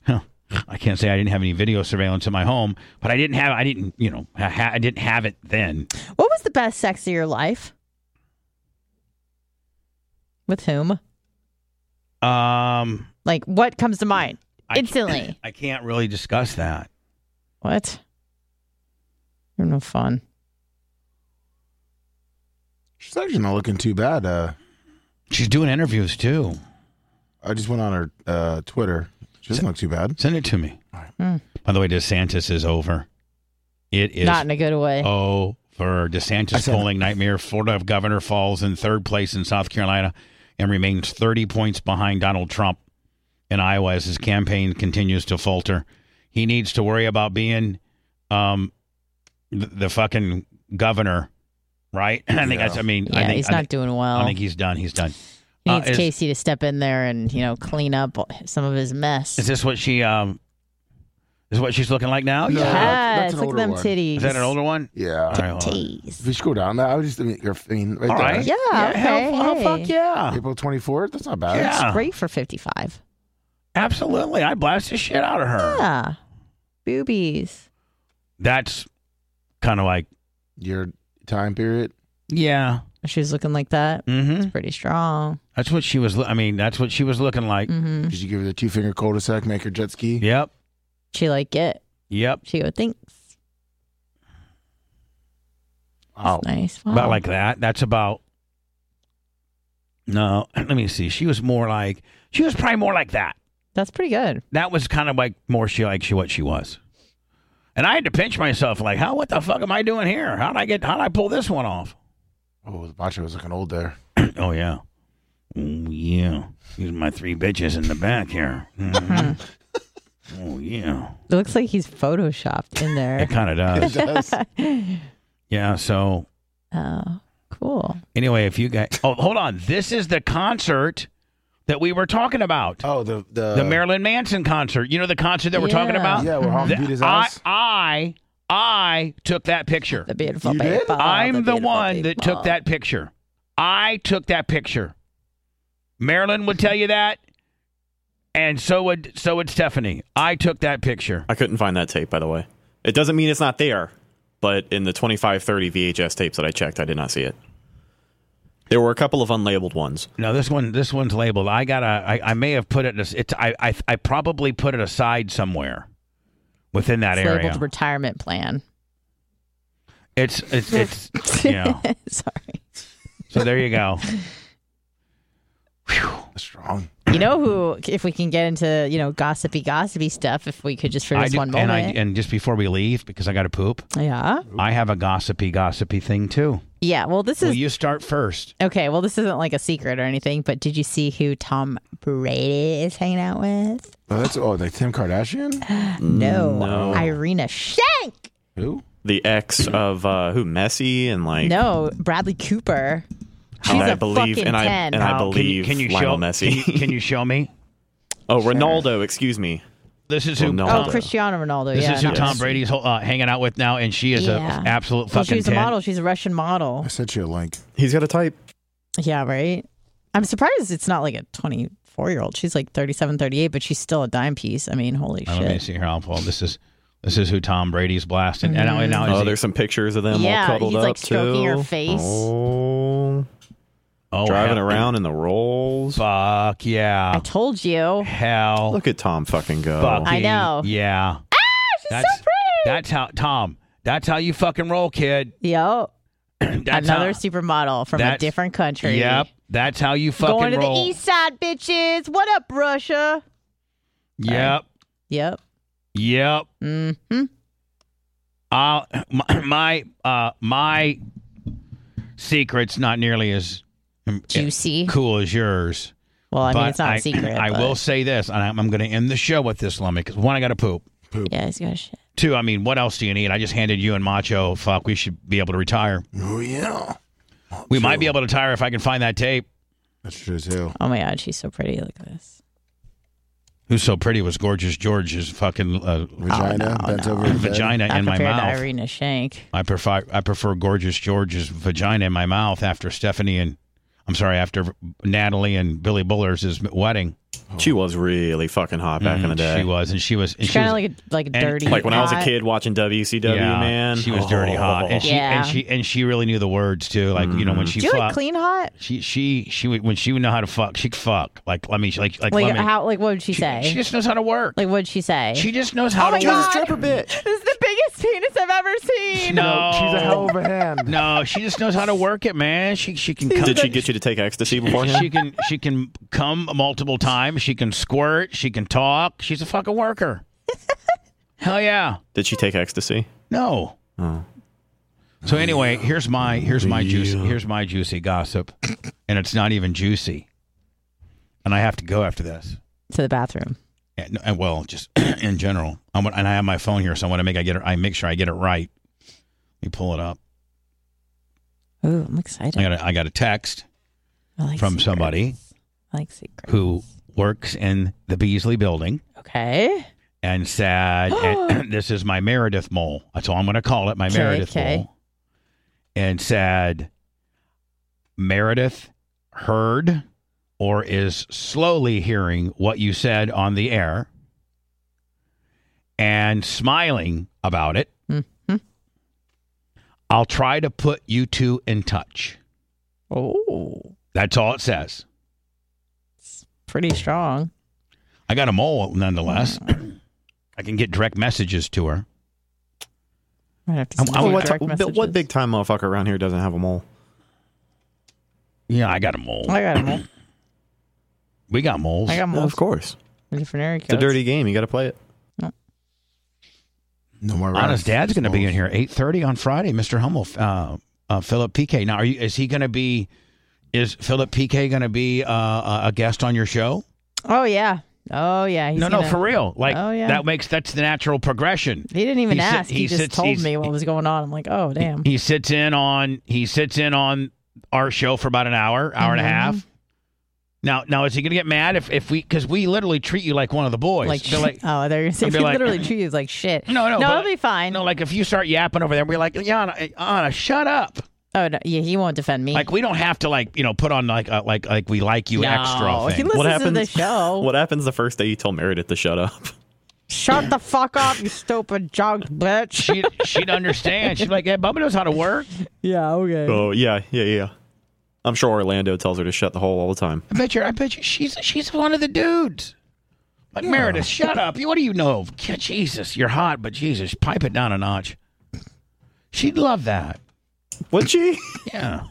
S1: huh, I can't say I didn't have any video surveillance in my home, but I didn't have I didn't you know ha- ha- I didn't have it then.
S4: What was the best sex of your life? With whom?
S1: Um,
S4: Like, what comes to mind
S1: I can't-
S4: instantly?
S1: I can't really discuss that.
S4: What? You're no fun.
S2: she's actually not looking too bad. Uh,
S1: She's doing interviews too.
S2: I just went on her uh, Twitter. She doesn't look too bad.
S1: Send it to me.
S4: Hmm.
S1: By the way, DeSantis is over. It is Oh,
S4: Not in a good way.
S1: over.
S2: I
S1: DeSantis
S2: said-
S1: polling nightmare. Florida governor falls in third place in South Carolina and remains 30 points behind Donald Trump in Iowa as his campaign continues to falter. He needs to worry about being um, the, the fucking governor, right? I think that's, I mean,
S4: yeah,
S1: I think,
S4: he's
S1: I
S4: not
S1: think-
S4: doing well.
S1: I think he's done. He's done.
S4: he
S1: Uh,
S4: needs
S1: is-
S4: Casey to step in there and you know clean up some of his mess.
S1: Is this what she um is what she's looking like now?
S2: No.
S1: Yeah.
S4: yes,
S2: that's an
S4: look at
S2: older
S4: them
S2: one.
S4: titties.
S1: Is that an older one?
S2: Yeah.
S1: All right, hold on.
S2: If you scroll down, I would just I mean, you're- I mean, right
S1: All
S2: there.
S1: right.
S4: Yeah.
S1: hell-
S4: okay,
S1: hell,
S4: hey.
S1: fuck yeah.
S2: April 24th. That's not bad.
S1: Yeah.
S4: That's great for 55.
S1: Absolutely. I blast the shit out of her.
S4: Yeah. Boobies.
S1: That's kind of like
S2: Your time period.
S1: Yeah.
S4: She was looking like that.
S1: Mm-hmm.
S4: It's pretty strong.
S1: That's what she was lo- I mean, that's what she was looking like.
S4: hmm
S2: Did you give her the two finger cul-de-sac, make her jet ski?
S1: Yep.
S4: She like it.
S1: Yep.
S4: She go, thanks.
S2: Wow.
S4: Nice. Wow.
S1: oh, About like that. That's about No, let me see. She was more like she was probably more like that.
S4: That's pretty good.
S1: That was kind of like more she like she what she was. And I had to pinch myself like, how what the fuck am I doing here? How'd I get how'd I pull this one off?
S2: Oh, the bacho was looking old there.
S1: Oh yeah. Oh yeah. These are my three bitches in the back here. Mhm. oh yeah.
S4: It looks like he's photoshopped in there.
S1: It kind of does. Yeah. So
S4: oh, cool.
S1: anyway, if you guys, oh hold on, this is the concert that we were talking about.
S2: Oh, the the,
S1: The Marilyn Manson concert. You know the concert that we're talking
S4: Yeah.
S1: about?
S2: Yeah, we're home
S1: The-
S2: beat his
S1: I,
S2: ass.
S1: I, I took that picture.
S4: The beautiful
S2: You did?
S4: people.
S1: I'm the
S4: beautiful
S1: one that took
S4: people.
S1: that picture. I took that picture. Marilyn would tell you that, and so would so would Stephanie. I took that picture.
S3: I couldn't find that tape, by the way. It doesn't mean it's not there, but in the 2530 VHS tapes that I checked, I did not see it. There were a couple of unlabeled ones.
S1: No, this one this one's labeled. I got a. I, I may have put it. as- It's I, I I probably put it aside somewhere within that
S4: It's
S1: area.
S4: labeled retirement plan.
S1: It's it's it's you know.
S4: Sorry.
S1: So there you go.
S2: Strong.
S4: You know who? If we can get into you know gossipy gossipy stuff, if we could just for
S1: I
S4: this
S1: do-
S4: one moment.
S1: and I and just before we leave because I got to poop.
S4: yeah.
S1: I have a gossipy gossipy thing too.
S4: Yeah. Well, this
S1: Will
S4: is
S1: you start first?
S4: okay. Well, this isn't like a secret or anything, but did you see who Tom Brady is hanging out with?
S2: Oh, that's oh, like Kim Kardashian.
S4: No,
S3: Oh.
S4: Irina Shank.
S2: Who?
S3: The ex of uh, who Messi and like
S4: No, Bradley Cooper. She's
S3: I
S4: a
S3: believe-
S4: fucking
S3: and I-
S4: ten.
S3: and I-
S1: Al, can you-
S3: believe
S1: can you,
S3: Lionel
S1: show
S3: Messi.
S1: Can you, can you show me?
S3: oh Ronaldo, excuse me.
S1: This is who.
S3: Well, no.
S1: Tom,
S4: oh, Cristiano Ronaldo.
S1: this
S4: yeah,
S1: is who
S4: no.
S1: Tom Brady's uh, hanging out with now, and she is a
S4: Yeah.
S1: absolute
S4: Well,
S1: fucking.
S4: she's a
S1: 10.
S4: model. She's a Russian model.
S2: I sent you a link.
S3: He's got a type.
S4: Yeah, right. I'm surprised it's not like a 24 year old. She's like 37, 38, but she's still a dime piece. I mean, holy
S1: Uh, Let me
S4: shit.
S1: see here. I'll pull. This is this is who Tom Brady's blasting. And now, and now is
S3: Oh,
S1: he-
S3: there's some pictures of them all
S4: Mm. Yeah,
S3: cuddled
S4: he's
S3: up
S4: like stroking
S3: too.
S4: her face.
S3: Oh,
S1: oh,
S3: driving
S1: hell-
S3: around in the rolls.
S1: Fuck yeah.
S4: I told you.
S1: hell.
S3: Look at Tom fucking go.
S1: fucking
S4: I know.
S1: Yeah. Ah, she's that's, so pretty. That's how Tom. That's how you fucking roll, kid.
S4: Yo,
S1: That's
S4: another
S1: how,
S4: supermodel from a
S1: that's-
S4: different country.
S1: Yep. That's how you fucking
S4: Going to
S1: roll.
S4: the east side, bitches. What up, Russia?
S1: Yep.
S4: Yep.
S1: Yep.
S4: Mm-hmm.
S1: Uh, my my, uh my secret's not nearly as um,
S4: Juicy.
S1: cool as yours.
S4: Well, I mean,
S1: but
S4: it's not
S1: I,
S4: a secret.
S1: I
S4: but-
S1: will say this, and I'm, I'm going to end the show with this, Lummy, because one, I got to poop.
S4: Yeah, he's got shit.
S1: Two, I mean, what else do you need? I just handed you and Macho. Fuck, we should be able to retire.
S2: Oh yeah,
S1: We might be able to retire if I can find that tape.
S2: that's true too.
S4: Oh my God, she's so pretty. Look at this.
S1: Who's so pretty was gorgeous George's fucking uh,
S2: Vagina bent over. her bed.
S1: vagina
S4: Oh, Not
S1: in my
S4: compared
S1: mouth.
S4: to Irina Shank.
S1: I prefer I prefer gorgeous George's vagina in my mouth after Stephanie and I'm sorry after Natalie and Billy Buller's wedding.
S3: She was really fucking hot back in the
S1: Mhm,
S3: day.
S1: She was and she was and
S4: She's
S1: she
S4: kind of
S1: was,
S4: like a, like a
S1: and,
S4: dirty.
S3: Like when I was a
S4: hot-
S3: kid watching WCW,
S1: yeah,
S3: man. Oh.
S1: She was dirty hot and she
S4: Yeah.
S1: and she and she really knew the words too. Like you know
S3: Mm-hmm.
S1: when she
S4: Do you like
S1: fucked.
S4: clean hot?
S1: she she she would when she would know how to fuck she could fuck like let me like like,
S4: Like
S1: let me,
S4: how? Like what would she,
S1: she,
S4: say?
S1: she just knows how to work
S4: like what would she say?
S1: she just knows how
S4: my
S1: to
S4: God.
S1: work
S3: stripper bitch.
S4: this is the biggest penis I've ever seen.
S1: no
S2: She's a hell of a hand.
S1: no she just knows how to work it man she she can come
S3: Did she get you to take ecstasy
S1: she
S3: beforehand?
S1: can she can come multiple times. She can squirt. She can talk. She's a fucking worker. Hell yeah.
S3: Did she take ecstasy?
S1: No. So anyway, here's my here's my juicy here's my juicy gossip, and it's not even juicy. And I have to go after this.
S4: To the bathroom.
S1: And, and well, just in general, I want, and I have my phone here, so I want to make I get it. I make sure I get it right. Let me pull it up.
S4: Ooh, I'm
S1: I
S4: excited.
S1: got a, I got a text
S4: I like
S1: from
S4: secrets.
S1: somebody
S4: I like secrets.
S1: who works in the Beasley Building.
S4: Okay.
S1: and said, and this is my Meredith mole. That's all I'm going to call it, my
S4: Okay,
S1: Meredith
S4: okay.
S1: mole. And said, Meredith heard or is slowly hearing what you said on the air and smiling about it.
S4: Mhm.
S1: I'll try to put you two in touch.
S4: Oh,
S1: That's all it says.
S4: pretty strong.
S1: I got a mole nonetheless. I can get direct messages to her.
S4: Might have to.
S1: I- I
S4: send
S1: Oh,
S4: some
S1: would-
S3: what,
S4: direct messages.
S3: big time motherfucker around here doesn't have a mole?
S1: Yeah, I got a mole.
S4: I got 'em all.
S1: We got moles.
S4: I got them all.
S3: Of course.
S4: Different area
S3: It's a
S4: codes.
S3: dirty game. You got to play it.
S2: No more.
S1: Anna's
S2: Honest
S1: dad's going to be in here eight thirty on Friday. Mister Hummel, uh, uh, Philip PK. Now, are you? Is he going to be? Is Philip PK going to be uh, a a guest on your show?
S4: Oh yeah. Oh yeah. He's
S1: no, no,
S4: gonna-
S1: for real. Like
S4: Oh, yeah.
S1: that makes that's the natural progression.
S4: He didn't even
S1: He sit-
S4: ask. he,
S1: he
S4: just
S1: sits-
S4: told
S1: he's-
S4: me what was going on. I'm like, oh damn.
S1: He sits in on he sits in on our show for about an hour, hour and
S4: Mm-hmm.
S1: a half. Now, now is he going to get mad if if we because we literally treat you like one of the boys?
S4: Like,
S1: They're like
S4: shit. oh, they're gonna say
S1: I'd be
S4: we
S1: like-
S4: literally treat you as like shit.
S1: No, no,
S4: no,
S1: but-
S4: it'll be fine.
S1: no, like if you start yapping over there, we're like, Anna, Anna, shut up.
S4: Oh no, yeah, he won't defend me.
S1: Like we don't have to like you know put on like a, like like we like you
S4: no,
S1: extra
S4: he
S1: thing.
S4: listens
S3: What
S4: to the
S3: happens-
S4: show.
S3: What happens the first day you tell Meredith to shut up?
S4: Shut the fuck up, you stupid junk bitch.
S1: she she'd understand. She'd be like, yeah, Bubba knows how to work.
S4: yeah, okay.
S3: Oh yeah, yeah, yeah. I'm sure Orlando tells her to shut the hole all the time.
S1: I bet you. I bet you. She's she's one of the dudes. Like Meredith, shut up. You, what do you know? God, Jesus, you're hot, but Jesus, pipe it down a notch. She'd love that.
S3: Would she?
S1: Yeah,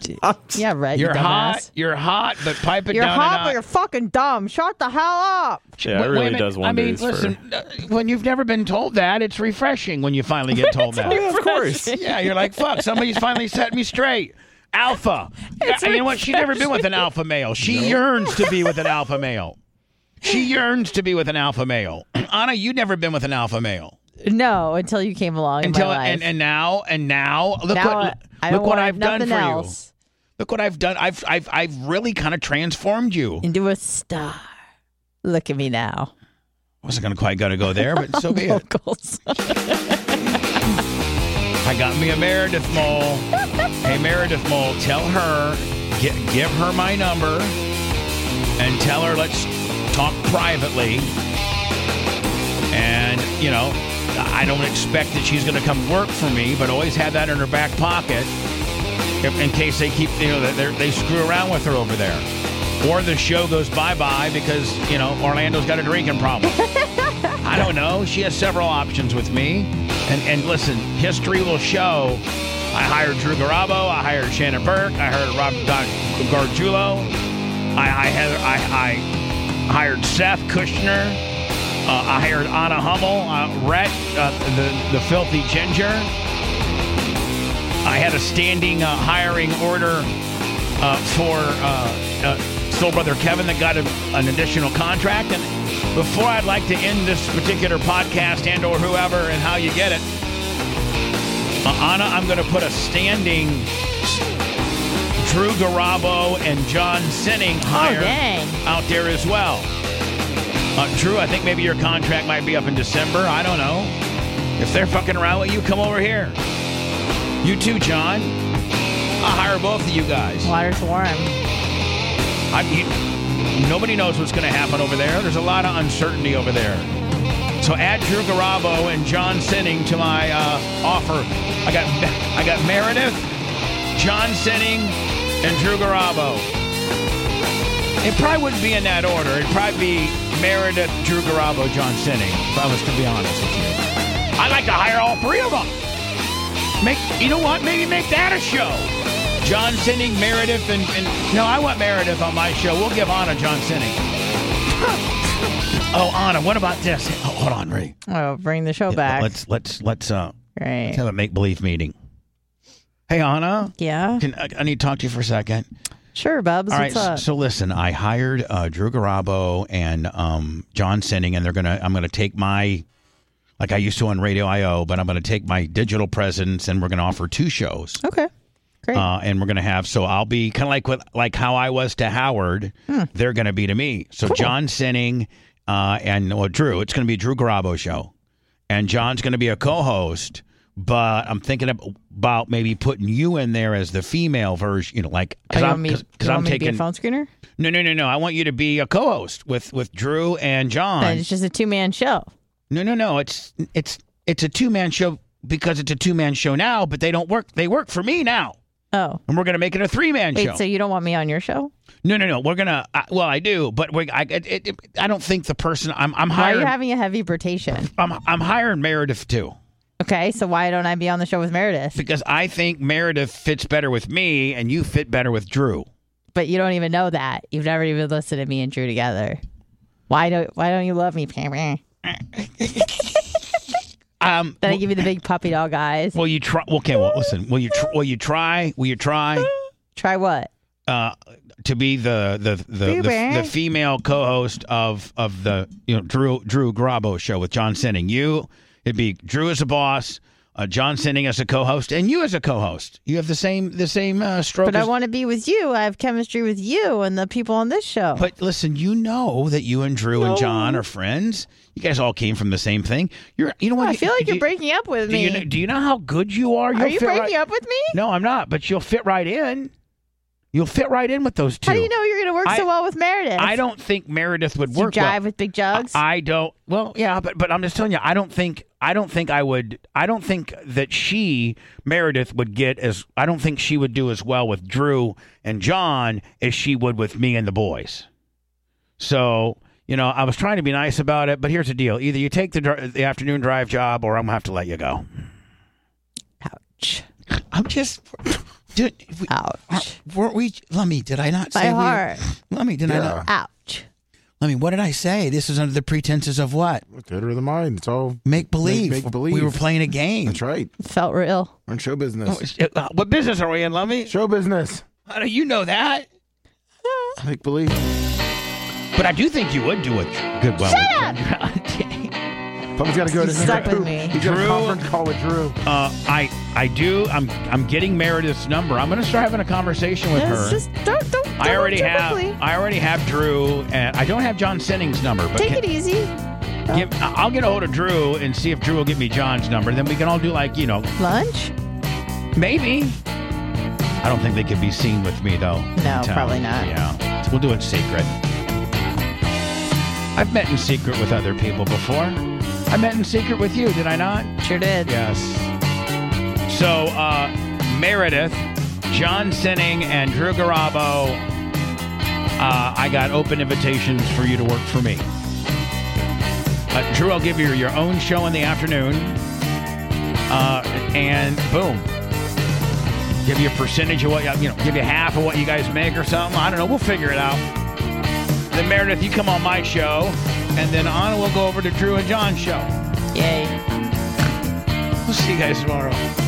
S4: Yeah, right. you
S1: you're hot.
S4: dumbass.
S1: You're hot, but pipe it
S4: You're
S1: down
S4: hot,
S1: a
S4: but
S1: notch.
S4: you're fucking dumb. Shut the hell up.
S3: Yeah, it
S1: Wait- wait a
S3: really
S1: minute.
S3: does
S1: I mean,
S3: wonders for-
S1: listen, uh, when you've never been told that, it's refreshing when you finally get told that.
S3: of course.
S1: Yeah, you're like, fuck, somebody's finally set me straight. Alpha.
S4: It's
S1: and you know what? She's never been with an alpha male. She yearns to be with an alpha male. She yearns to be with an alpha male. Anna, you never been with an alpha male.
S4: No, until you came along in
S1: Until
S4: my life.
S1: and, and now and now look
S4: now
S1: what
S4: I don't
S1: look what
S4: want
S1: I've done
S4: nothing
S1: for you.
S4: else.
S1: Look what I've done. I've I've I've really kind of transformed you.
S4: Into a star. Look at me now.
S1: I wasn't gonna quite gonna go there, but so be it.
S4: Vocals.
S1: I got me a Meredith Mole. hey, Meredith Mole, tell her, get, give her my number, and tell her let's talk privately. And, you know, I don't expect that she's going to come work for me, but always have that in her back pocket if- in case they keep, you know, they they screw around with her over there. Or the show goes bye bye because, you know, Orlando's got a drinking problem. I don't know. She has several options with me. And and listen, history will show. I hired Drew Garabo. I hired Shannon Burke. I hired Rob Don Gargiulo. I I, had, I I hired Seth Kushner. Uh, I hired Anna Hummel, uh, Rhett, uh, the the filthy ginger. I had a standing uh, hiring order uh, for uh, uh, Soul Brother Kevin that got a, an additional contract. And before I'd like to end this particular podcast and or whoever and how you get it, uh, Anna, I'm going to put a standing Drew Garabo and John Sinning
S4: oh,
S1: hire
S4: dang.
S1: out there as well. Uh, Drew, I think maybe your contract might be up in December. I don't know. If they're fucking around with you, come over here. You too, John. I'll hire both of you guys.
S4: Water's warm.
S1: I, you, nobody knows what's going to happen over there. There's a lot of uncertainty over there. So add Drew Garabo and John Sinning to my uh, offer. I got I got Meredith, John Sinning, and Drew Garabo. It probably wouldn't be in that order. It'd probably be Meredith, Drew Garabo, John Sinning. If I was to be honest with you, I'd like to hire all three of them. Make you know what? Maybe make that a show. John Sinning, Meredith, and, and no, I want Meredith on my show. We'll give Anna John Sinning. oh, Anna, what about this? Oh, hold on, Ray.
S4: Oh, bring the show back.
S1: Let's let's let's uh
S4: Great.
S1: let's have a make believe meeting. Hey, Anna.
S4: yeah.
S1: Can, I, I need to talk to you for a second.
S4: Sure, Bubs.
S1: All right.
S4: what's up?
S1: So listen, I hired uh, Drew Garabo and um, John Sinning, and they're gonna. I'm gonna take my, like I used to on Radio IO, but I'm gonna take my digital presence, and we're gonna offer two shows.
S4: okay. Great.
S1: Uh, and we're gonna have so I'll be kind of like what like how I was to Howard.
S4: Hmm.
S1: They're gonna be to me. So John Sinning uh, and well, Drew. It's gonna be a Drew Garabo show, and John's gonna be a co-host. But I'm thinking ab- about maybe putting you in there as the female version. You know, like
S4: Oh,
S1: because
S4: you want
S1: I'm
S4: me-
S1: because
S4: you want
S1: I'm
S4: me to be a
S1: taking
S4: phone screener?
S1: no no no no. I want you to be a co-host with with Drew and John.
S4: And it's just a two man show.
S1: No, no, no. It's it's it's a two man show because it's a two man show now. But they don't work. They work for me now,
S4: Oh.
S1: and we're gonna make it a three man
S4: Wait,
S1: show.
S4: so you don't want me on your show?
S1: no, no, no. We're gonna. I, well, I do, but we, I it, it, I don't think the person I'm I'm
S4: Why are you
S1: hiring.
S4: having a heavy rotation?
S1: I'm I'm hiring Meredith too
S4: Okay, so why don't I be on the show with Meredith?
S1: because I think Meredith fits better with me, and you fit better with Drew.
S4: But you don't even know that. You've never even listened to me and Drew together. Why don't Why don't you love me? Then
S1: Um.
S4: I give you the big puppy dog eyes.
S1: Will you try? Okay. Well, listen. Will you? Tr- will you try? Will you try?
S4: Try what?
S1: uh, to be the the the, the,
S4: Boo-boo.
S1: the female co-host of of the you know Drew Drew Grabo show with John Sinning. You it'd be Drew as a boss, Uh, John sending us a co-host, and you as a co-host. You have the same the same uh, stroke.
S4: But I
S1: as-
S4: want to be with you. I have chemistry with you and the people on this show.
S1: But listen, you know that you and Drew and John are friends. You guys all came from the same thing. You're, you know what?
S4: Oh, I feel like
S1: do-
S4: you're breaking up with
S1: do
S4: me.
S1: you, know, do you know how good you are? You'll
S4: Are you
S1: fit
S4: breaking
S1: right-
S4: up with me?
S1: No, I'm not. But you'll fit right in. You'll fit right in with those two.
S4: How do you know you're going to work
S1: I-
S4: so well with Meredith?
S1: I don't think Meredith would
S4: Do you
S1: work. well.
S4: jive with big jugs.
S1: I don't. Well, yeah, but but I'm just telling you, I don't think I don't think I would. I don't think that she Meredith would get as. I don't think she would do as well with Drew and John as she would with me and the boys. So you know, I was trying to be nice about it, but here's the deal: either you take the dr- the afternoon drive job, or I'm gonna have to let you go.
S4: Ouch.
S1: I'm just. Did, we,
S4: Ouch.
S1: weren't we? Lummy, did I not
S4: My heart.
S1: Lummy, did
S2: I Yeah. not-
S4: Ouch.
S1: Lummy, what did I say? This is under the pretenses of what?
S2: Theater of the mind. It's all
S1: Make
S2: believe. make We believe. were
S1: playing a game.
S2: that's right.
S4: Felt real.
S2: We're in show business.
S1: Uh, What business are we in, Lummy?
S2: Show business.
S1: How do you know that?
S2: Make believe.
S1: But I do think you would do it. Good well.
S2: Pumpkin's got to go to
S4: You stuck with me.
S2: He's got a
S1: Drew.
S2: conference call with Drew.
S1: Uh, I I do. I'm I'm getting Meredith's number. I'm gonna start having a conversation with
S4: It's
S1: her.
S4: just don't don't. don't
S1: I already
S4: too
S1: have
S4: quickly.
S1: I already have Drew and I don't have John Senning's number. But
S4: Take
S1: can-
S4: it easy.
S1: give, I'll get a hold of Drew and see if Drew will give me John's number. Then we can all do like you know
S4: Lunch?
S1: maybe. I don't think they could be seen with me though. in
S4: No,
S1: town.
S4: probably not.
S1: Yeah, we'll do it secret. I've met in secret with other people before. I met in secret with you, did I not?
S4: Sure did.
S1: Yes. So, uh, Meredith, John Sinning, and Drew Garabo, uh, I got open invitations for you to work for me. Uh, Drew, I'll give you your own show in the afternoon. Uh, and boom. Give you a percentage of what, you know, give you half of what you guys make or something. I don't know. We'll figure it out. Then, Meredith, you come on my show. And then Anna will go over to Drew and John's show.
S4: Yay.
S1: We'll see you guys tomorrow.